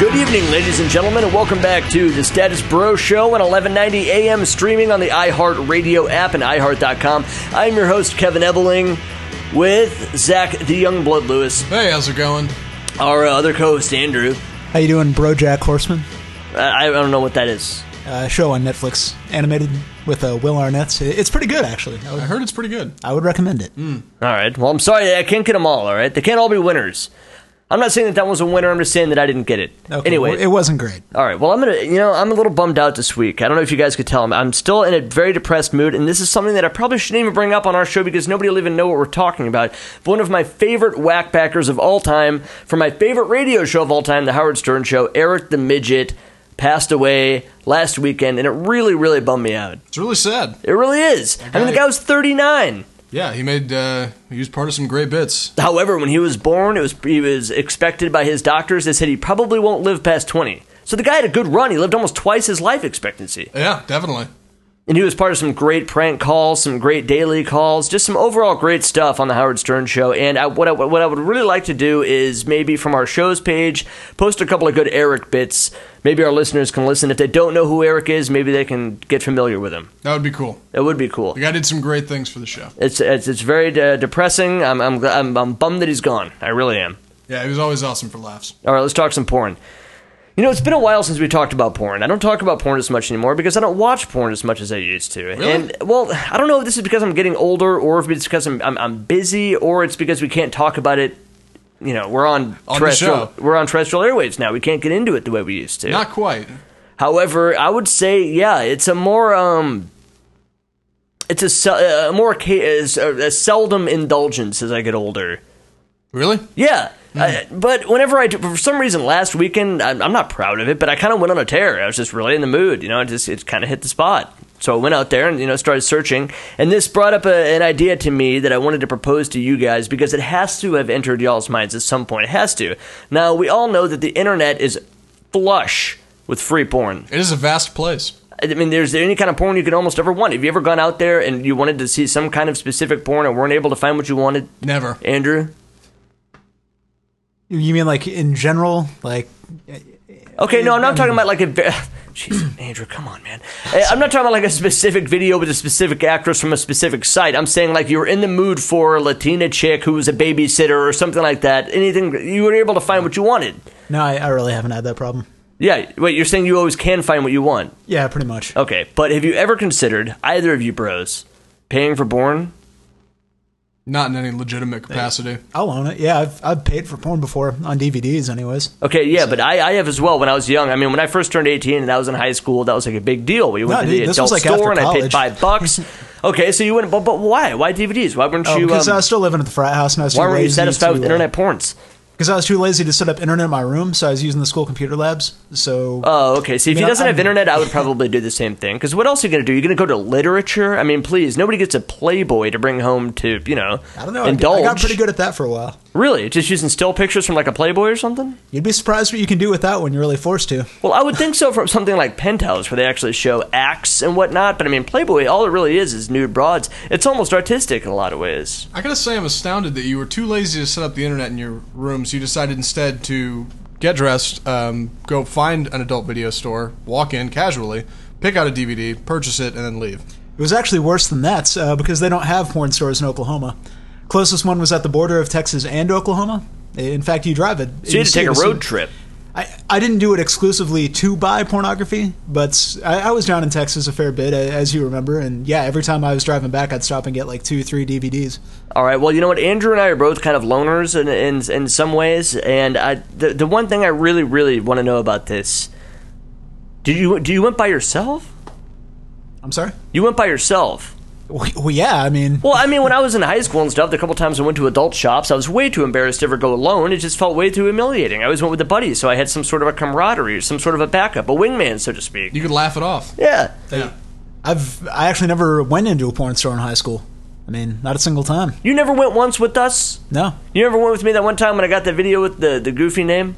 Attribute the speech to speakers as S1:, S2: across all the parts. S1: Good evening, ladies and gentlemen, and welcome back to the Status Bro Show at 1190 a.m. streaming on the iHeartRadio app and iHeart.com. I'm your host, Kevin Ebeling, with Zach the Youngblood Lewis,
S2: Hey, how's it going?
S1: our uh, other co-host, Andrew.
S3: How you doing, Bro Jack Horseman?
S1: I, I don't know what that is.
S3: Uh, show on Netflix, animated with uh, Will Arnett. It's pretty good, actually. I
S2: I
S3: would,
S2: heard it's pretty good.
S3: I would recommend it.
S1: All right. Well, I'm sorry. I can't get them all, all right? They can't all be winners. I'm not saying that that was a winner. I'm just saying that I didn't get it.
S3: Okay,
S1: anyway,
S3: well, it wasn't great.
S1: All right. Well, I'm gonna. You know, I'm a little bummed out this week. I don't know if you guys could tell. I'm, I'm still in a very depressed mood, and this is something that I probably shouldn't even bring up on our show because nobody will even know what we're talking about. But one of my favorite whackpackers of all time, from my favorite radio show of all time, the Howard Stern Show, Eric the Midget, passed away last weekend, and it really, really bummed me out.
S2: It's really sad.
S1: It really is. I mean, the
S2: Okay.
S1: guy was 39.
S2: Yeah, he made uh, he was part of some great bits.
S1: However, when he was born, it was he was expected by his doctors. They said he probably won't live past twenty. So the guy had a good run. He lived almost twice his life expectancy,
S2: Yeah, definitely.
S1: and he was part of some great prank calls, some great daily calls, just some overall great stuff on the Howard Stern Show. And I, what I, what I would really like to do is maybe from our shows page post a couple of good Eric bits. Maybe our listeners can listen. If they don't know who Eric is, maybe they can get familiar with him.
S2: That would be cool.
S1: That would be cool.
S2: The guy did some great things for the show.
S1: It's it's, it's very uh, depressing. I'm, I'm gl- I'm I'm bummed that he's gone. I really am.
S2: Yeah, he was always awesome for laughs.
S1: All right, let's talk some porn. You know, it's been a while since we talked about porn. I don't talk about porn as much anymore because I don't watch porn as much as I used to.
S2: Really?
S1: And well, I don't know if this is because I'm getting older, or if it's because I'm I'm, I'm busy, or it's because we can't talk about it. You know, we're on,
S2: On the
S1: terrestrial
S2: show.
S1: we're on terrestrial airwaves now. We can't get into it the way we used to.
S2: Not quite.
S1: However, I would say yeah, it's a more um, it's a, sel- a more ca- is a, a seldom indulgence as I get older.
S2: Really?
S1: Yeah. I, but whenever I, do- for some reason, last weekend, I'm, I'm not proud of it, but I kind of went on a tear. I was just really in the mood, you know, it just, it kind of hit the spot. So I went out there and, you know, started searching. And this brought up a, an idea to me that I wanted to propose to you guys because it has to have entered y'all's minds at some point. It has to. Now, we all know that the internet is flush with free porn.
S2: It is a vast place.
S1: I mean, there's any kind of porn you could almost ever want. Have you ever gone out there and you wanted to see some kind of specific porn and weren't able to find what you wanted?
S2: Never.
S1: Andrew?
S3: You mean like in general, like
S1: Okay, no, I'm not talking about like a. ve- Jeez, Andrew, come on, man. Uh, I'm not talking about like a specific video with a specific actress from a specific site. I'm saying like you were in the mood for a Latina chick who was a babysitter or something like that. Anything you were able to find what you wanted.
S3: no, I, I really haven't had that problem.
S1: Yeah, wait, you're saying you always can find what you want.
S3: Yeah, pretty much.
S1: Okay, but have you ever considered either of you bros paying for porn?
S2: Not in any legitimate capacity.
S3: I'll own it. Yeah, I've I've paid for porn before on DVDs, anyways.
S1: Okay, yeah, but I, I have as well. When I was young, I mean, when I first turned eighteen and I was in high school, that was like a big deal. We went
S3: No,
S1: to the
S3: dude, this
S1: adult
S3: was, like,
S1: store and
S3: after
S1: I paid
S3: college.
S1: five bucks. okay, so you went, but, but why? Why DVDs? Why wouldn't
S3: Oh,
S1: you?
S3: because
S1: um,
S3: I was still living at the frat house, and I was too
S1: Why weren't you
S3: lazy
S1: satisfied
S3: to,
S1: with
S3: uh,
S1: internet porns?
S3: Because I was too lazy to set up internet in my room, so I was using the school computer labs. So
S1: Oh, okay. See, if
S3: I mean,
S1: he doesn't have
S3: I'm-
S1: internet, I would probably do the same thing. Because what else are you going to do? You're going to go to literature? I mean, please, nobody gets a Playboy to bring home to, you know,
S3: I don't know. I-
S1: indulge.
S3: I got pretty good at that for a while.
S1: Really? Just using still pictures from like a Playboy or something?
S3: You'd be surprised what you can do with that when you're really forced to.
S1: Well, I would think so from something like Penthouse, where they actually show acts and whatnot. But I mean, Playboy, all it really is is nude broads. It's almost artistic in a lot of ways.
S2: I gotta say, I'm astounded that you were too lazy to set up the internet in your room, so you decided instead to get dressed, um, go find an adult video store, walk in casually, pick out a DVD, purchase it, and then leave.
S3: It was actually worse than that uh, because they don't have porn stores in Oklahoma. Closest one was at the border of Texas and Oklahoma. In fact, you drive it.
S1: So you had to
S3: see
S1: take
S3: it
S1: a
S3: as soon-
S1: road trip.
S3: I, I didn't do it exclusively to buy pornography, but I, I was down in Texas a fair bit, a- as you remember. And yeah, every time I was driving back, I'd stop and get like two, three DVDs.
S1: All right. Well, you know what? Andrew and I are both kind of loners in in, in some ways, and I the, the one thing I really really want to know about this. Did you do you went by yourself?
S3: I'm sorry?
S1: You went by yourself.
S3: Well, well, yeah, I mean,
S1: Well, I mean, when I was in high school and stuff, the couple times I went to adult shops, I was way too embarrassed to ever go alone. It just felt way too humiliating. I always went with a buddy, so I had some sort of a camaraderie, some sort of a backup, a wingman, so to speak.
S2: You could laugh it off.
S1: Yeah.
S2: Yeah.
S3: I've I actually never went into a porn store in high school. I mean, not a single time.
S1: You never went once with us.
S3: No.
S1: You never went with me that one time when I got the video with the the goofy name.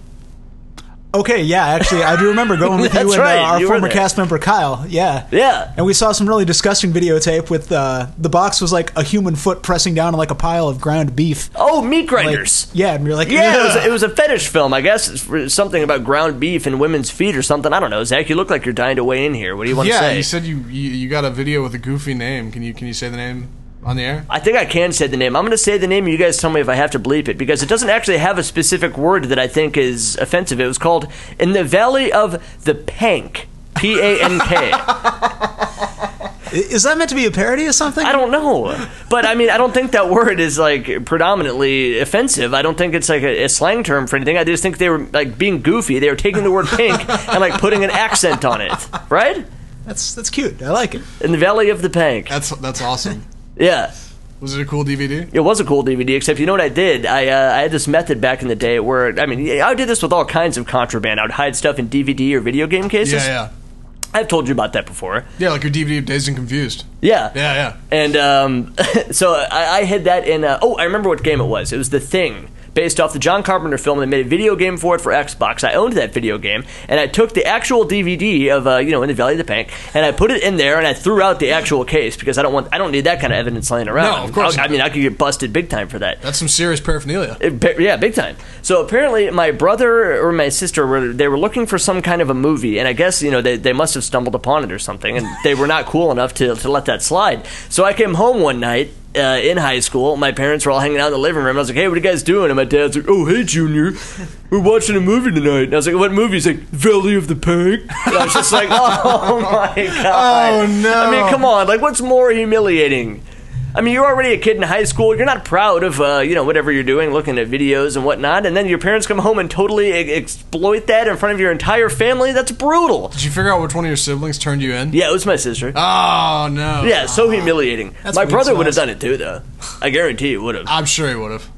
S3: Okay, yeah, actually, I do remember going with you
S1: That's
S3: and
S1: right,
S3: uh, our
S1: you were
S3: former
S1: there.
S3: cast member Kyle. Yeah.
S1: Yeah.
S3: And we saw some really disgusting videotape with uh, the box was like a human foot pressing down on like a pile of ground beef.
S1: Oh, meat
S3: Like,
S1: grinders.
S3: yeah, and we were like,
S1: Yeah, it was,
S3: "Ugh."
S1: it was a fetish film, I guess. It's for- something about ground beef and women's feet or something. I don't know, Zach. You look like you're dying to weigh in here. What do you want to
S2: yeah,
S1: say?
S2: you said you, you you got a video with a goofy name. Can you can you say the name on the air?
S1: I think I can say the name. I'm going to say the name, and you guys tell me if I have to bleep it because it doesn't actually have a specific word that I think is offensive. It was called "In the Valley of the Pank." P A N K.
S3: Is that meant to be a parody of something?
S1: I don't know. But I mean, I don't think that word is like predominantly offensive. I don't think it's like a, a slang term for anything. I just think they were like being goofy. They were taking the word pink and like putting an accent on it, right?
S3: That's that's cute. I like it.
S1: In the Valley of the Pank.
S2: That's that's awesome.
S1: Yeah.
S2: Was it a cool DVD?
S1: It was a cool DVD, except you know what I did? I uh, I had this method back in the day where I mean I did this with all kinds of contraband. I would hide stuff in DVD or video game cases.
S2: Yeah, yeah,
S1: I've told you about that before.
S2: yeah. Like your DVD of Dazed and Confused.
S1: Yeah,
S2: Yeah, yeah.
S1: And um, so I, I hid that in. Uh, oh, I remember what game it was. It was The Thing, based off the John Carpenter film. They made a video game for it for Xbox. I owned that video game, and I took the actual DVD of uh, you know in the Valley of the Pank, and I put it in there, and I threw out the actual case because I don't want I don't need that kind of evidence laying around.
S2: No, of course
S1: I, I
S2: not.
S1: mean, I could get busted big time for that.
S2: That's some serious paraphernalia.
S1: It- pa- yeah, big time. So apparently, my brother or my sister were they were looking for some kind of a movie, and I guess you know they, they must have stumbled upon it or something, and they were not cool enough to to let that slide. So I came home one night. Uh, in high school, my parents were all hanging out in the living room. and I was like, "Hey, what are you guys doing?" And my dad's like, "Oh, hey, Junior, we're watching a movie tonight." And I was like, "What movie?" He's like, "Valley of the Pig." And I was just like, "Oh my god!"
S2: Oh, no.
S1: I mean, come on, like, what's more humiliating? I mean, you're already a kid in high school. You're not proud of, uh, you know, whatever you're doing, looking at videos and whatnot. And then your parents come home and totally e- exploit that in front of your entire family. That's brutal.
S2: Did you figure out which one of your siblings turned you in?
S1: Yeah, it was my sister.
S2: Oh no.
S1: yeah, so humiliating.
S3: That's
S1: My
S3: weird
S1: brother would have
S3: sauce.
S1: done it too, though. I guarantee you would have.
S2: I'm sure he would have.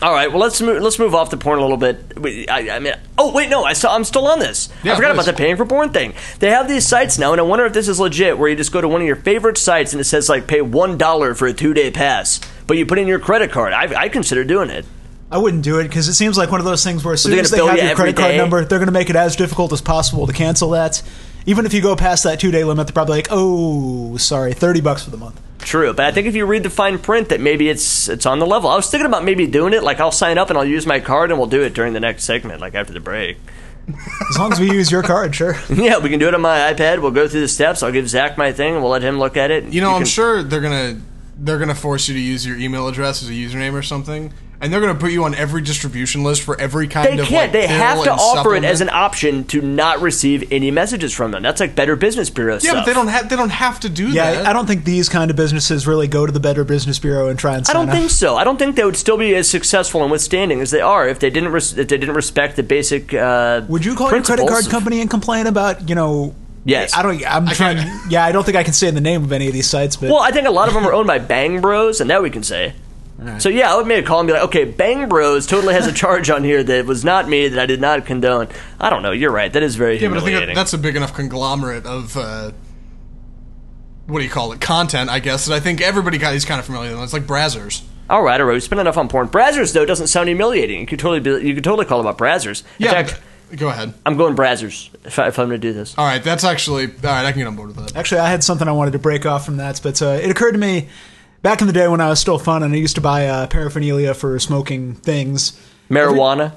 S1: All right, well let's move, let's move off the porn a little bit. We- I, I mean, oh wait, no, I saw, I'm still on this. I
S2: Yeah,
S1: forgot about
S2: please.
S1: the paying for porn thing. They have these sites now, and I wonder if this is legit, where you just go to one of your favorite sites and it says like pay one dollar for a two day pass, but you put in your credit card. I, I consider doing it.
S3: I wouldn't do it because it seems like one of those things where as soon
S1: they're
S3: as they
S1: gonna bill
S3: have
S1: you
S3: your
S1: every
S3: credit card
S1: day?
S3: number, they're going to make it as difficult as possible to cancel that. Even if you go past that two day limit, they're probably like, "Oh, sorry, thirty bucks for the month."
S1: True, but I think if you read the fine print, that maybe it's it's on the level. I was thinking about maybe doing it. Like I'll sign up and I'll use my card, and we'll do it during the next segment, like after the break.
S3: As long as we use your card, sure.
S1: yeah, we can do it on my iPad. We'll go through the steps. I'll give Zach my thing, and we'll let him look at it.
S2: You know, I'm
S1: can-
S2: sure they're gonna they're gonna force you to use your email address as a username or something, and they're gonna put you on every distribution list for every kind
S1: They
S2: of.
S1: can't.
S2: Like,
S1: they
S2: pill
S1: have to
S2: and
S1: offer it as an
S2: supplement.
S1: option to not receive any messages from them. That's like Better Business Bureau
S2: Yeah,
S1: stuff.
S2: but they don't have they don't have to do
S3: Yeah,
S2: that.
S3: I- I don't think these kind of businesses really go to the Better Business Bureau and try and.
S1: I
S3: Sign
S1: don't
S3: up.
S1: think so. I don't think they would still be as successful and withstanding as they are if they didn't res- if they didn't respect the basic. Uh,
S3: Would you call your credit
S1: principles
S3: card
S1: of-
S3: company and complain about you know?
S1: Yes.
S3: I don't. I'm trying.
S2: can't-
S3: Yeah, I don't think I can say the name of any of these sites, but
S1: Well, I think a lot of them are owned by Bang Bros, and that we can say. So yeah, I would make a call and be like, okay, Bang Bros totally has a charge on here that was not me, that I did not condone. I don't know. You're right. That is very
S2: Yeah, but I
S1: humiliating.
S2: think that- that's a big enough conglomerate of uh, what do you call it? Content, I guess. That I think everybody got is kind of familiar with. It's like Brazzers.
S1: All right, all right. We spent enough on porn. Brazzers though doesn't sound humiliating. You could totally be, you could totally call them up Brazzers. In
S2: Yeah.
S1: fact,
S2: but- Go ahead.
S1: I'm going Brazzers if, I, if I'm going to do this.
S2: All right, that's actually all right. I can get on board with that.
S3: Actually, I had something I wanted to break off from that, but uh, it occurred to me back in the day when I was still fun and I used to buy uh, paraphernalia for smoking things.
S1: Marijuana.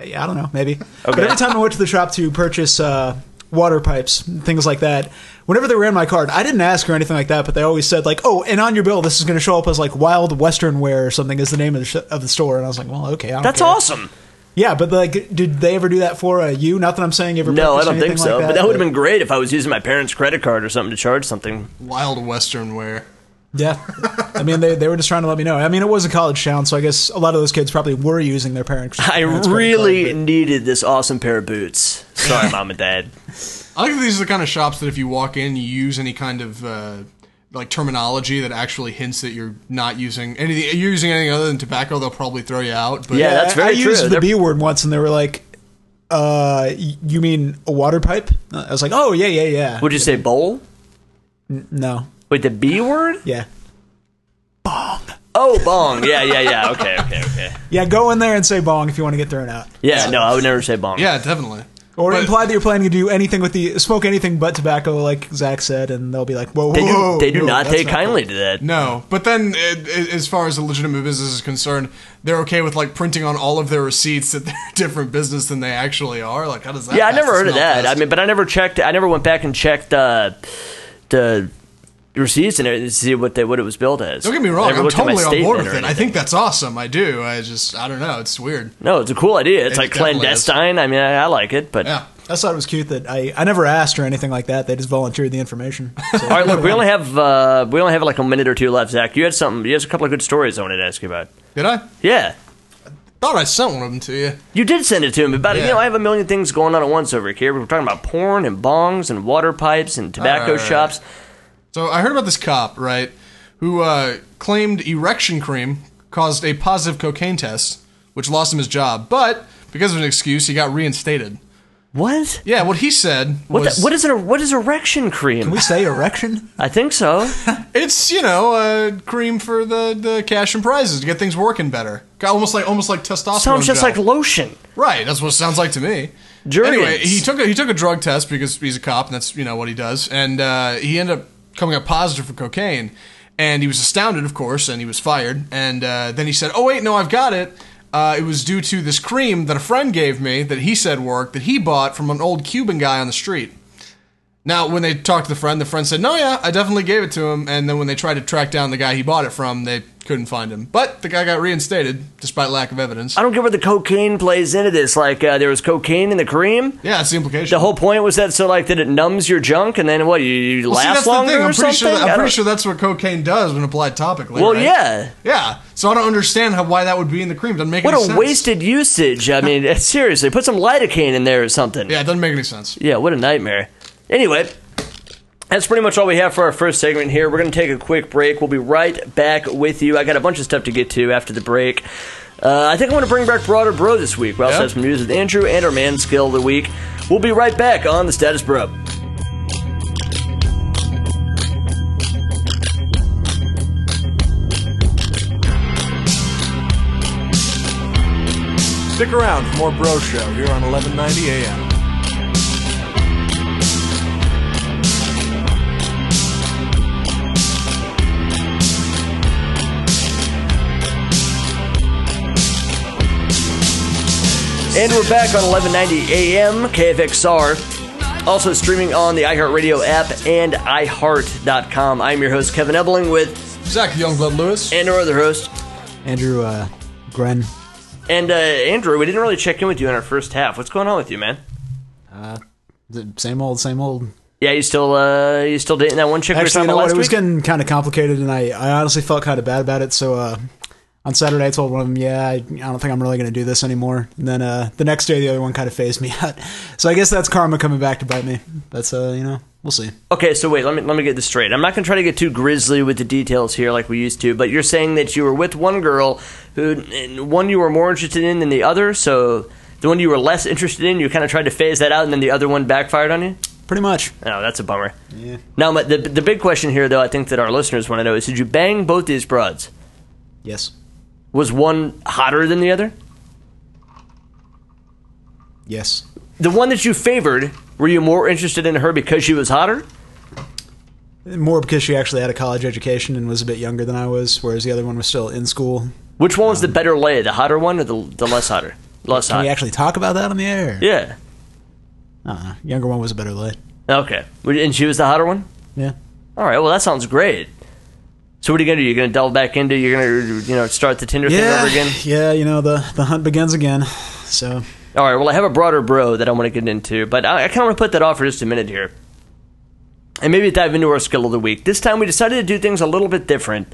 S3: I don't know, maybe. But every time I went to the shop to purchase uh, water pipes, and things like that, whenever they were in my card, I didn't ask or anything like that, but they always said like, "Oh, and on your bill, this is going to show up as like Wild Western Wear or something is the name of the, sh- of the store." And I was like, "Well, okay, I don't
S1: That's
S3: care."
S1: awesome.
S3: Yeah, but like, did they ever do that for uh, you? Not that I'm saying you ever.
S1: No, I
S3: purchased
S1: don't think
S3: anything
S1: so.
S3: Like
S1: but that would have been great if I was using my parents' credit card or something to charge something.
S2: Wild Western wear.
S3: Yeah, I mean, they, they were just trying to let me know. I mean, it was a college town, so I guess a lot of those kids probably were using their parents.
S1: I
S3: parents' credit
S1: really
S3: card,
S1: needed this awesome pair of boots. Sorry, mom and dad.
S2: I think these are the kind of shops that if you walk in, you use any kind of uh, like terminology that actually hints that you're not using anything. You're using anything other than tobacco, they'll probably throw you out. But
S1: Yeah,
S3: but-
S1: that's
S3: I-
S1: very
S3: I used
S1: true.
S3: the
S1: They're-
S3: B word once, and they were like, "Uh, y- you mean a water pipe?" I was like, "Oh yeah, yeah, yeah."
S1: Would you say bowl?
S3: no,
S1: Wait, the B word?
S3: yeah.
S1: Oh, bong. Yeah, yeah, yeah. Okay, okay, okay.
S3: Yeah, go in there and say bong if you want to get thrown out.
S1: Yeah, no, I would never say bong.
S2: Yeah, definitely.
S3: Or
S2: But-
S3: imply that you're planning to do anything with the smoke anything but tobacco, like Zach said, and they'll be like, "Whoa,
S1: They do,
S3: whoa,
S1: they do
S3: no,
S1: not
S3: that's
S1: take kindly to that.
S2: No, but then it, it, as far as a legitimate business is concerned, they're okay with like printing on all of their receipts that they're a different business than they actually are. Like, how does that?
S1: Yeah, I
S2: pass
S1: never
S2: the
S1: heard of
S2: smell
S1: that.
S2: test?
S1: I mean, but I never checked. I never went back and checked uh, the receipts and everything to see what they, what it was billed as.
S2: don't get me
S1: I
S2: wrong.
S1: never
S2: I'm
S1: looked at my
S2: totally on board
S1: statement
S2: with
S1: or
S2: it. I
S1: anything.
S2: think that's awesome. I do. I just, I don't know. It's weird.
S1: no, it's a cool idea. It's
S2: It
S1: like
S2: definitely is.
S1: clandestine. I mean, I, I like it, but.
S2: Yeah.
S3: I thought it was cute that I, I never asked or anything like that. They just volunteered the information. So-
S1: All right, look, we only have uh, we only have like a minute or two left. Zach, you had something. You had a couple of good stories I wanted to ask you about.
S2: Did I?
S1: Yeah,
S2: Thought I sent one of them to you.
S1: you did send it to me, but
S2: Yeah.
S1: you know I have a million things going on at once over here. We're talking about porn and bongs and water pipes and tobacco
S2: All right.
S1: shops.
S2: So I heard about this cop, right, who uh, claimed erection cream caused a positive cocaine test, which lost him his job. But because of an excuse, he got reinstated.
S1: What?
S2: Yeah, what he said
S1: What?
S2: was
S1: the, what is it? What is erection cream?
S3: Can we say erection?
S1: I think so.
S2: it's you know uh, cream for the, the cash and prizes to get things working better. Got almost like almost like testosterone.
S1: Sounds just
S2: gel.
S1: like lotion.
S2: right. That's what it sounds like to me.
S1: Jergens.
S2: Anyway, he took a, he took a drug test because he's a cop and that's you know what he does, and uh, he ended up coming up positive for cocaine, and he was astounded, of course, and he was fired. And uh, then he said, "Oh wait, no, I've got it." Uh, it was due to this cream that a friend gave me that he said worked that he bought from an old Cuban guy on the street. Now, when they talked to the friend, the friend said, "No, yeah, I definitely gave it to him." And then when they tried to track down the guy he bought it from, they couldn't find him. But the guy got reinstated despite lack of evidence.
S1: I don't get where the cocaine plays into this. Like uh, there was cocaine in the cream.
S2: Yeah, that's the implication.
S1: The whole point was that so like that it numbs your junk and then what you, you
S2: Well, see,
S1: last
S2: that's the
S1: longer
S2: thing. I'm
S1: or
S2: pretty
S1: something.
S2: Sure that,
S1: I
S2: I'm
S1: don't-
S2: pretty sure that's what cocaine does when applied topically.
S1: well,
S2: right?
S1: yeah.
S2: yeah. So I don't understand how why that would be in the cream. Doesn't make
S1: What
S2: any
S1: a
S2: sense.
S1: wasted usage. I mean, seriously, put some lidocaine in there or something.
S2: Yeah, it doesn't make any sense.
S1: Yeah, what a nightmare. Anyway, that's pretty much all we have for our first segment here. We're going to take a quick break. We'll be right back with you. I got a bunch of stuff to get to after the break. Uh, I think I want to bring back Broader Bro this week. We also
S2: Yeah.
S1: have some news with Andrew and our man skill of the week. We'll be right back on the Status Bro.
S2: Stick around for more Bro Show here on 1190 AM.
S1: And we're back on 1190 AM KFXR. Also streaming on the iHeartRadio app and iHeart.com. I'm your host, Kevin Ebling, with
S2: Zach Youngblood Lewis.
S1: and our other host,
S3: Andrew, uh, Gren.
S1: And uh, Andrew, we didn't really check in with you in our first half. What's going on with you, man?
S3: The Same old, same old.
S1: Yeah, you still uh, you still dating that one chick we were
S3: Actually,
S1: talking
S3: you know
S1: about
S3: what?
S1: last
S3: It was
S1: week?
S3: getting kind of complicated, and I, I honestly felt kind of bad about it. So uh, on Saturday, I told one of them, "Yeah, I, I don't think I'm really going to do this anymore." And then uh, the next day, the other one kind of phased me out. So I guess that's karma coming back to bite me. That's uh, you know, we'll see.
S1: Okay, so wait, let me let me get this straight. I'm not gonna try to get too grisly with the details here like we used to, but you're saying that you were with one girl who and one you were more interested in than the other, so the one you were less interested in, you kind of tried to phase that out, and then the other one backfired on you.
S3: Pretty much.
S1: Oh, that's a bummer.
S3: Yeah.
S1: Now, my, the the big question here, though, I think that our listeners want to know is: Did you bang both these broads?
S3: Yes.
S1: Was one hotter than the other?
S3: Yes.
S1: the one that you favored, were you more interested in her because she was hotter?
S3: More because she actually had a college education and was a bit younger than I was, whereas the other one was still in school.
S1: Which one was the better lay, the hotter one or the, the less hotter? Less
S3: Um, Can
S1: hot.
S3: we actually talk about that on the air?
S1: yeah.
S3: Uh, younger one was a better lid.
S1: Okay. And she was the hotter one?
S3: Yeah.
S1: All right. Well, that sounds great. So what are you going to do? You're going to delve back into, you're going to, you know, start the Tinder thing over again?
S3: Yeah, you know, the, the hunt begins again. So,
S1: All right. Well, I have a broader bro that I want to get into, but I, I kind of want to put that off for just a minute here. And maybe dive into our skill of the week. This time we decided to do things a little bit different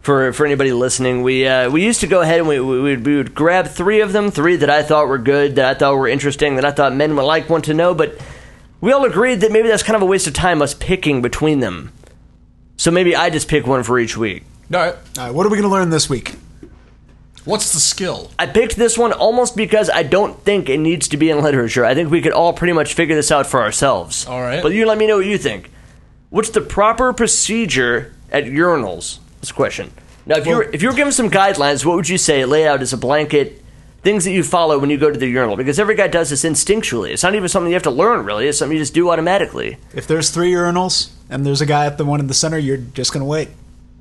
S1: for, for anybody listening. We uh, we used to go ahead and we, we, would, we would grab three of them, three that I thought were good, that I thought were interesting, that I thought men would like, want to know, but we all agreed that maybe that's kind of a waste of time us picking between them. So maybe I just pick one for each week.
S2: All right.
S3: all right, what are we going to learn this week?
S2: What's the skill?
S1: I picked this one almost because I don't think it needs to be in literature. I think we could all pretty much figure this out for ourselves.
S2: All right.
S1: But you let me know what you think. What's the proper procedure at urinals? This question. Now, if you were, if you were given some guidelines, what would you say lay out as a blanket things that you follow when you go to the urinal? Because every guy does this instinctually. It's not even something you have to learn, really. It's something you just do automatically.
S3: If there's three urinals and there's a guy at the one in the center, you're just gonna wait.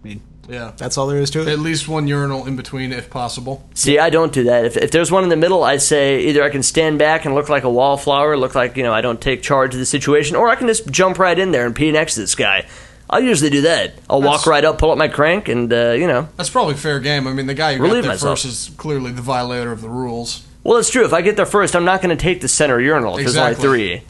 S3: I mean,
S2: Yeah.
S3: that's all there is to it.
S2: At least one urinal in between, if possible.
S1: See, I don't do that. If, if there's one in the middle, I say either I can stand back and look like a wallflower, look like, you know, I don't take charge of the situation, or I can just jump right in there and pee next to this guy. I'll usually do that. I'll walk
S2: That's-
S1: right up, pull up my crank, and, uh, you know.
S2: That's probably fair game. I mean, the guy who
S1: Relieve
S2: got there
S1: myself.
S2: first is clearly the violator of the rules.
S1: Well, it's true. If I get there first, I'm not going to take the center urinal if
S2: Exactly.
S1: there's only three.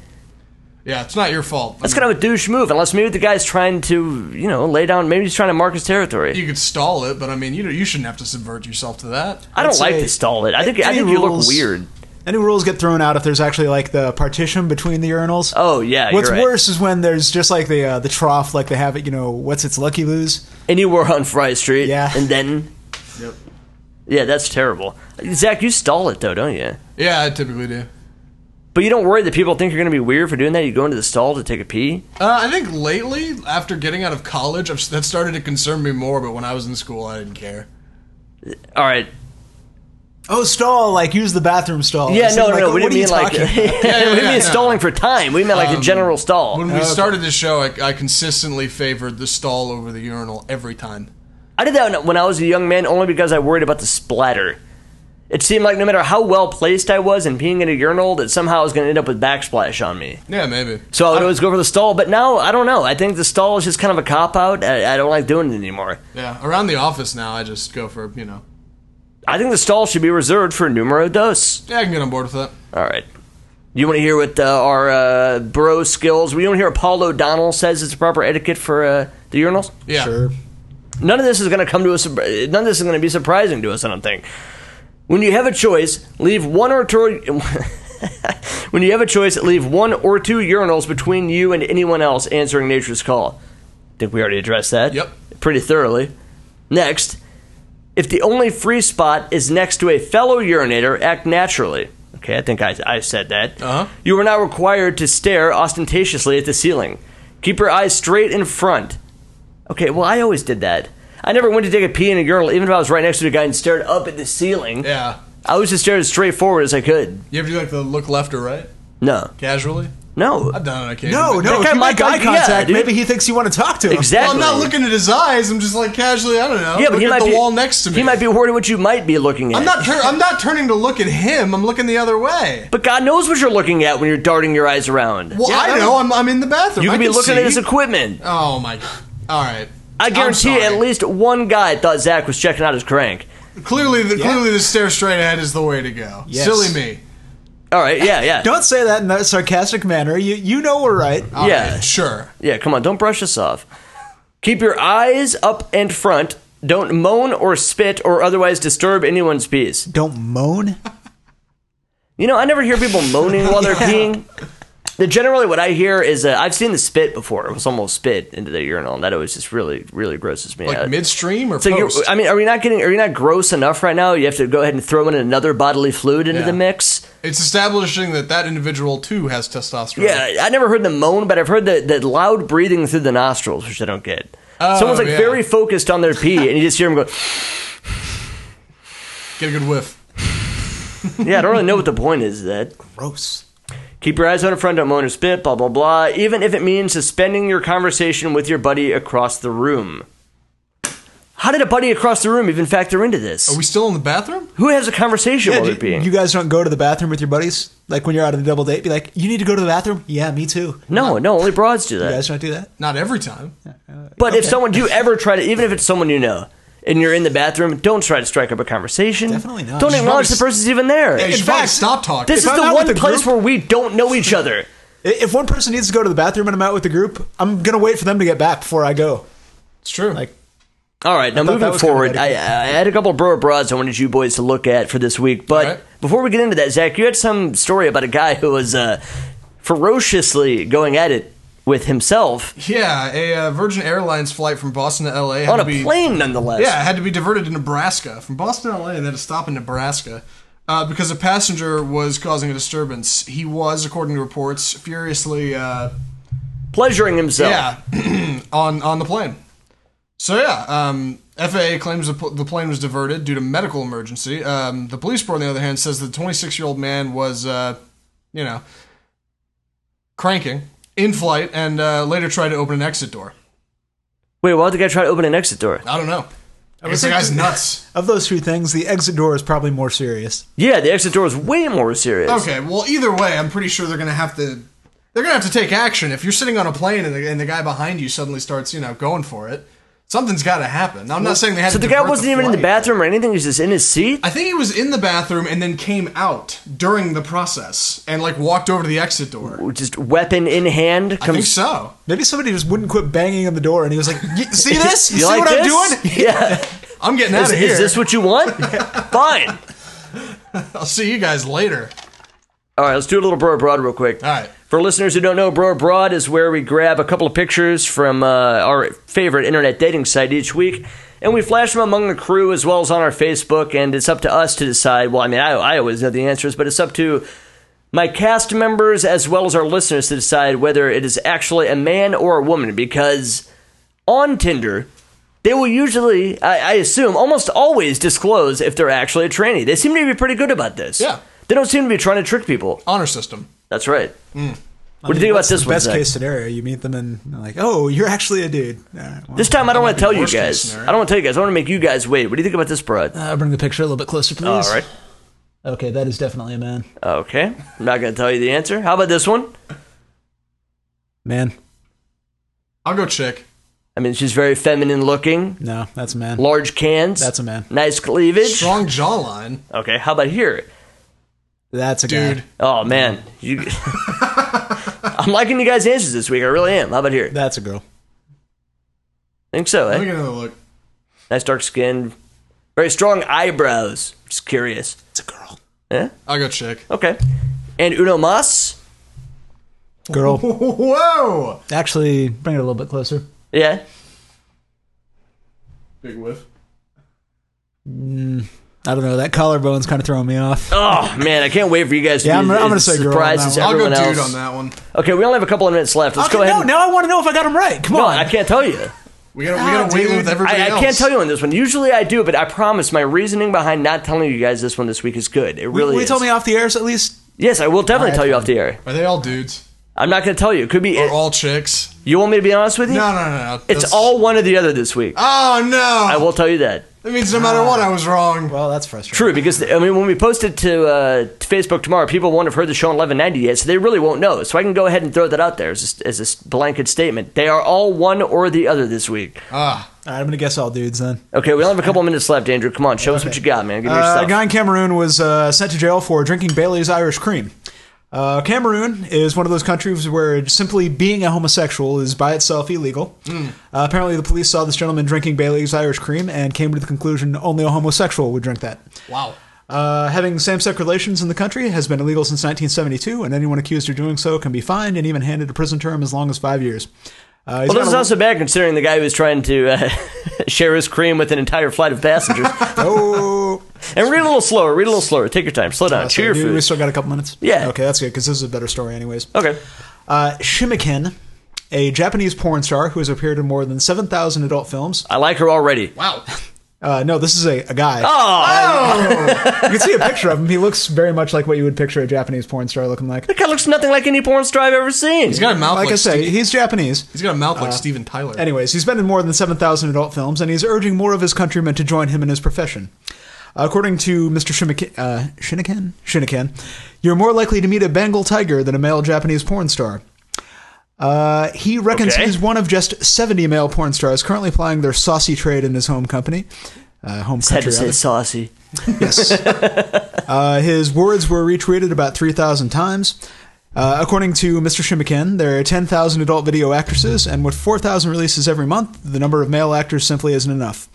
S2: Yeah, it's not your fault. I
S1: That's
S2: mean,
S1: kind of a douche move, unless maybe the guy's trying to, you know, lay down. Maybe he's trying to mark his territory.
S2: you could stall it, but I mean, you know, you shouldn't have to subvert yourself to that.
S1: I don't
S3: I'd
S1: like
S3: say
S1: to stall it. I think I
S3: any
S1: think you look
S3: rules-
S1: weird.
S3: Any rules get thrown out if there's actually like the partition between the urinals.
S1: Oh yeah,
S3: What's
S1: you're right.
S3: worse is when there's just like the uh, the trough, like they have it. You know, what's its Lucky Lose?
S1: And you were on Fry Street.
S3: Yeah.
S1: and then.
S2: Yep.
S1: Yeah, that's terrible. Zach, you stall it though, don't you?
S2: Yeah, I typically do.
S1: But you don't worry that people think you're going to be weird for doing that. You go into the stall to take a pee.
S2: Uh, I think lately, after getting out of college, I've, that started to concern me more. But when I was in school, I didn't care.
S1: All right.
S3: Oh, stall! Like use the bathroom stall.
S1: Yeah,
S3: It's
S1: no, no,
S3: like,
S1: no.
S3: what-
S1: We
S3: what
S1: didn't mean
S3: are you
S1: like.
S3: talking
S1: we
S3: about? Um,
S1: didn't
S2: yeah,
S1: mean
S2: yeah.
S1: stalling for time. We meant like a general stall.
S2: When we
S3: Okay.
S2: started this show, I, I consistently favored the stall over the urinal every time.
S1: I did that when I was a young man only because I worried about the splatter. It seemed like no matter how well placed I was in peeing in a urinal, that somehow I was going to end up with backsplash on me.
S2: Yeah, maybe.
S1: So I would always go for the stall, but now I don't know. I think the stall is just kind of a cop out. I, I don't like doing it anymore.
S2: Yeah, around the office now, I just go for you know.
S1: I think the stall should be reserved for numero dos.
S2: Yeah, I can get on board with that.
S1: All right. You want to hear what uh, our uh, bro skills? We want to hear what Paul O'Donnell says is the proper etiquette for uh, the urinals.
S2: Yeah,
S3: Sure.
S1: None of this is going to come to us. None of this is going to be surprising to us. I don't think. When you have a choice, leave one or two. when you have a choice, leave one or two urinals between you and anyone else answering nature's call. think we already addressed that.
S2: Yep.
S1: Pretty thoroughly. Next, if the only free spot is next to a fellow urinator, act naturally. Okay, I think I, I said that.
S2: Uh-huh.
S1: You are not required to stare ostentatiously at the ceiling. Keep your eyes straight in front. Okay, well, I always did that. I never went to take a pee in a urinal, even if I was right next to the guy and stared up at the ceiling.
S2: yeah.
S1: I always just stared as straight forward as I could.
S2: You ever do like the look left or right
S1: No,
S2: casually?
S1: no,
S2: I've done it occasionally.
S3: No,
S1: That
S3: no.
S1: guy
S3: If you
S1: might
S3: make eye
S1: like- yeah,
S3: contact,
S1: dude.
S3: maybe he thinks you want to talk to him.
S1: exactly.
S2: Well, I'm not looking at his eyes. I'm just like casually. I don't know.
S1: Yeah,
S2: look
S1: but he
S2: at
S1: might
S2: the
S1: be
S2: wall next to me.
S1: He might be worried what you might be looking at.
S2: I'm not. Tur- I'm not turning to look at him. I'm looking the other way.
S1: But God knows what you're looking at when you're darting your eyes around.
S2: Well,
S3: Yeah,
S2: I
S3: I
S2: know.
S3: don't-
S2: I'm, I'm in the bathroom.
S1: you
S2: I
S1: could be
S2: can
S1: looking
S2: see.
S1: at his equipment.
S2: Oh my. All right.
S1: I
S2: I'm
S1: guarantee
S2: sorry.
S1: at least one guy thought Zach was checking out his crank.
S2: Clearly, the, clearly, the stare straight ahead is the way to go.
S3: Yes.
S2: Silly me.
S1: All right, yeah, yeah,
S3: Don't say that in that sarcastic manner. You you know we're right.
S2: All
S1: Yeah.
S2: right, sure.
S1: yeah. Come on, don't brush us off. Keep your eyes up and front. Don't moan or spit or otherwise disturb anyone's peace.
S3: Don't moan.
S1: You know, I never hear people moaning while they're peeing. The, generally, what I hear is uh, I've seen the spit before. It was almost spit into the urinal, and that always just really, really grosses me
S2: Like
S1: out.
S2: midstream or
S1: So you,
S2: post?
S1: I mean, are we not getting? Are you not gross enough right now? You have to go ahead and throw in another bodily fluid into
S2: Yeah.
S1: the mix.
S2: it's establishing that that individual too has testosterone.
S1: Yeah, I never heard them moan, but I've heard the, the loud breathing through the nostrils, which I don't get.
S2: Oh,
S1: Someone's like
S2: yeah.
S1: very focused on their pee, and you just hear them
S2: Get a good whiff.
S1: go, "Yeah, I don't really know what the point is." of That
S3: Gross.
S1: keep your eyes on in front, don't moan or spit, blah blah blah. Even if it means suspending your conversation with your buddy across the room. How did a buddy across the room even factor into
S2: Are
S1: this?
S2: we still in the bathroom?
S1: Who has a conversation
S3: Yeah,
S1: while
S3: do-
S1: they're peeing?
S3: you guys don't go to the bathroom with your buddies? Like when you're out on a double date, be like, you need to go to the bathroom? Yeah, me too.
S1: no, no, only broads do that.
S3: You guys don't do that?
S2: Not every time.
S1: But if someone do ever try to, even if it's someone you know, and you're in the bathroom, don't try to strike up a conversation.
S3: Definitely not.
S1: Don't
S3: You
S2: should
S1: acknowledge the
S2: probably
S1: person's even there.
S2: Yeah, you
S3: In
S2: should probably
S3: fact,
S2: stop talking.
S1: this is
S3: if I'm
S1: the
S3: out
S1: one
S3: with a
S1: place
S3: group-
S1: where we don't know each other.
S3: I- If one person needs to go to the bathroom and I'm out with the group, I'm going to wait for them to get back before I go.
S2: it's true.
S3: Like,
S1: All right, now
S3: thought that
S1: moving
S3: was kinda
S1: forward, I, I had a couple of Brewer Broads I wanted you boys to look at for this week. But
S2: All right.
S1: before we get into that, Zach, you had some story about a guy who was uh, ferociously going at it with himself
S2: yeah, a uh, Virgin Airlines flight from Boston to L.A. had
S1: on
S2: to
S1: a
S2: be,
S1: plane, nonetheless.
S2: Yeah, it had to be diverted to Nebraska from Boston to L.A. and then to stop in Nebraska uh, because a passenger was causing a disturbance. He was, according to reports, furiously. Uh,
S1: Pleasuring himself.
S2: Yeah, on on the plane. So yeah, um, FAA claims the, pl- the plane was diverted due to medical emergency. Um, the police report, on the other hand, says the 26 year old man was, uh, you know, cranking in flight and uh, later tried to open an exit door.
S1: Wait, why would the guy try to open an exit door?
S2: I don't know. I guess the guy's nuts.
S3: Of those two things, the exit door is probably more serious.
S1: Yeah, the exit door is way more serious.
S2: Okay, well, either way, I'm pretty sure they're gonna have to. They're gonna have to take action. If you're sitting on a plane and the, and the guy behind you suddenly starts, you know, going for it, something's got to happen. Now, I'm not saying they had.
S1: So
S2: to
S1: the guy
S2: divert
S1: wasn't even in the
S2: flight.
S1: bathroom or anything. He's just in his seat.
S2: I think he was in the bathroom and then came out during the process and like walked over to the exit door.
S1: Just weapon in hand.
S2: I think
S1: Comes.
S2: so.
S3: Maybe somebody just wouldn't quit banging on the door, and he was like,
S2: You see this? You,
S1: You
S2: see
S1: like
S2: what I'm
S1: this?
S2: doing?
S1: Yeah.
S2: I'm getting out
S1: Is,
S2: of
S1: is
S2: here.
S1: this what you want? Fine.
S2: I'll see you guys later.
S1: All right, let's do a little bro abroad real quick.
S2: All right.
S1: For listeners who don't know, Bro Abroad is where we grab a couple of pictures from uh, our favorite internet dating site each week, and we flash them among the crew as well as on our Facebook. And it's up to us to decide. Well, I mean, I, I always know the answers, but it's up to my cast members as well as our listeners to decide whether it is actually a man or a woman. Because on Tinder, they will usually, I, I assume, almost always disclose if they're actually a trainee. They seem to be pretty good about this.
S2: Yeah.
S1: They don't seem to be trying to trick people.
S2: Honor system.
S1: That's right. What do you think about
S3: "What's
S1: this
S3: the
S1: one?
S3: Best
S1: Zach?
S3: case scenario, you meet them and they're like, oh, you're actually a dude. All right, well,
S1: This time I don't want to
S2: be
S1: tell you
S2: worst case
S1: guys. I
S2: scenario.
S1: don't want to tell you guys. I want to make you guys wait. What do you think about this broad?
S3: uh, bring the picture a little bit closer, please.
S1: All right.
S3: Okay, that is definitely a man.
S1: Okay. I'm not going to tell you the answer. How about this one?
S3: Man,
S2: I'll go chick.
S1: I mean, she's very feminine looking.
S3: no, that's a man.
S1: Large cans.
S3: That's a man.
S1: Nice cleavage.
S2: Strong jawline.
S1: Okay. How about here?
S3: That's a
S2: Dude.
S3: guy.
S1: Oh man, you. I'm liking you guys' answers this week. I really am. How about here?
S3: That's a girl.
S1: think so.
S2: Let me
S1: Eh?
S2: get another look.
S1: Nice dark skin. Very strong eyebrows. Just curious.
S3: It's a girl.
S1: Yeah.
S2: I'll go chick.
S1: Okay. And Uno Mas.
S3: Girl.
S2: Whoa!
S3: Actually, bring it a little bit closer.
S1: Yeah.
S2: Big whiff.
S3: I don't know. That collarbone's kind of throwing me off.
S1: Oh man, I can't wait for you guys. to
S3: Yeah,
S1: be
S3: I'm gonna- I'm gonna
S1: as
S3: say girl on
S1: surprised
S3: that
S1: as
S3: one.
S2: I'll go
S1: everyone
S2: dude
S1: else.
S2: on that one.
S1: Okay, we only have a couple of minutes left. Let's go
S3: Okay,
S1: ahead.
S3: No,
S1: and-
S3: now I want to know if I got him right. Come
S1: No,
S3: on.
S1: I can't tell you.
S2: We gotta, we gotta wait
S3: dude.
S2: with everybody
S1: I, I
S2: else.
S1: can't tell you on this one. Usually I do, but I promise my reasoning behind not telling you guys this one this week is good. It
S3: We
S1: really is.
S3: told me off the air, so at least.
S1: yes, I will definitely
S3: Alright,
S1: tell you off the air.
S2: Are they all dudes?
S1: I'm not going to tell you. It could be.
S2: Or all chicks?
S1: you want me to be honest with you?
S2: No, no, no, no.
S1: It's
S2: That's-
S1: all one or the other this week.
S2: Oh no!
S1: I Ah. will tell you that.
S2: That means no matter what, I was wrong.
S3: Well, that's frustrating.
S1: True, because I mean, when we post it to, uh, to Facebook tomorrow, people won't have heard the show on 1190 yet, so they really won't know. So I can go ahead and throw that out there as a, as a blanket statement. They are all one or the other this week.
S2: Ah,
S3: All right, I'm going to guess all dudes then.
S1: Okay, we only have a couple minutes left, Andrew. Come on, show us what you got, man. Give me your
S3: Uh,
S1: stuff.
S3: a guy in Cameroon was uh, sent to jail for drinking Bailey's Irish Cream. Uh, Cameroon is one of those countries where simply being a homosexual is by itself illegal.
S1: Mm.
S3: Uh, apparently, the police saw this gentleman drinking Bailey's Irish Cream and came to the conclusion only a homosexual would drink that.
S2: wow.
S3: Uh, having same-sex relations in the country has been illegal since 1972, and anyone accused of doing so can be fined and even handed a prison term as long as five years. Uh, he's
S1: Well,
S3: got
S1: this is
S3: a-
S1: also bad considering the guy who was trying to uh, share his cream with an entire flight of passengers.
S3: oh,
S1: and read a little slower. Read a little slower. Take your time. Slow down. Chew your
S3: Dude, We
S1: food.
S3: still got a couple minutes.
S1: Yeah.
S3: Okay, that's good because this is a better story, anyways.
S1: Okay.
S3: Uh, Shimiken, a Japanese porn star who has appeared in more than 7,000 adult films.
S1: I like her already.
S2: Wow.
S3: Uh, no, this is a, a guy.
S1: Oh,
S3: You can see a picture of him. He looks very much like what you would picture a Japanese porn star looking like.
S1: that guy looks nothing like any porn star I've ever seen.
S2: He's got a mouth like,
S3: Like I say,
S2: Steve-
S3: he's Japanese.
S2: he's got a mouth like Steven Tyler.
S3: Anyways, he's been in more than 7,000 adult films, and he's urging more of his countrymen to join him in his profession. According to Mr. Shimik- uh, Shiniken, Shiniken, you're more likely to meet a Bengal tiger than a male Japanese porn star. Uh, he reckons
S1: Okay.
S3: he's one of just 70 male porn stars currently plying their saucy trade in his home company. Uh, home
S1: had to
S3: country,
S1: say
S3: rather.
S1: saucy.
S3: Yes. uh, his words were retweeted about 3,000 times. Uh, according to Mr. Shimiken, there are 10,000 adult video actresses, and with 4,000 releases every month, the number of male actors simply isn't enough.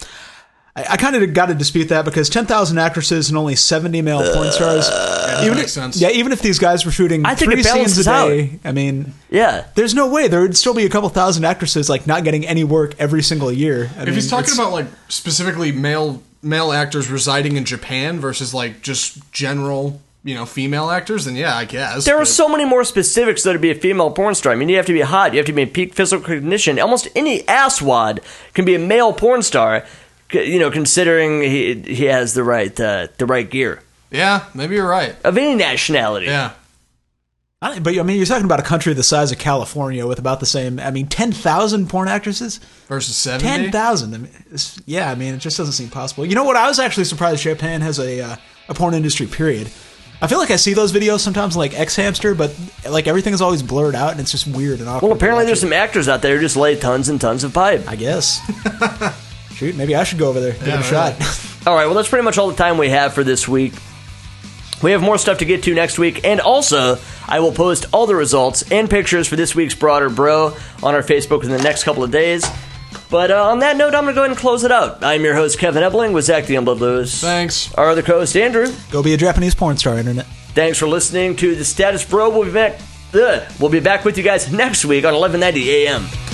S3: I, I kind of got to dispute that because 10,000 actresses and only 70 male porn stars.
S2: that makes sense.
S3: Yeah, even if these guys were shooting
S1: I think
S3: three
S1: it
S3: scenes a
S1: balances out.
S3: day, I mean,
S1: Yeah.
S3: there's no way there would still be a couple thousand actresses like not getting any work every single year. I
S2: If he's talking
S3: it's-
S2: about like specifically male male actors residing in Japan versus like just general you know female actors, then yeah, I guess.
S1: There are
S2: But
S1: so many more specifics though to be a female porn star. I mean, you have to be hot. You have to be in peak physical condition. Almost any asswad can be a male porn star. c- you know, considering he he has the right uh, the right gear
S2: Yeah, maybe you're right.
S1: of any nationality.
S2: Yeah.
S3: I, but I mean, you're talking about a country the size of California with about the same. I mean, ten thousand porn actresses.
S2: Versus 70.
S3: Ten thousand. I mean, it's- yeah, I mean, it just doesn't seem possible. You know what? I was actually surprised Japan has a uh, a porn industry. Period. I feel like I see those videos sometimes, like X Hamster, but like everything is always blurred out, and it's just weird and awkward.
S1: Well,
S3: to
S1: apparently
S3: watch
S1: there's
S3: it.
S1: some actors out there who just lay tons and tons of pipe.
S3: I guess. Shoot, maybe I should go over there give
S2: Yeah,
S3: it a shot.
S1: All right, well, that's pretty much all the time we have for this week. We have more stuff to get to next week, and also, I will post all the results and pictures for this week's Broader Bro on our Facebook in the next couple of days. But uh, on that note, I'm going to go ahead and close it out. I'm your host, Kevin Ebling, with Zach the Unblood Lewis.
S2: Thanks.
S1: Our other co host, Andrew.
S3: go be a Japanese porn star, internet.
S1: Thanks for listening to The Status Bro. We'll be back, ugh, we'll be back with you guys next week on 1190 a.m.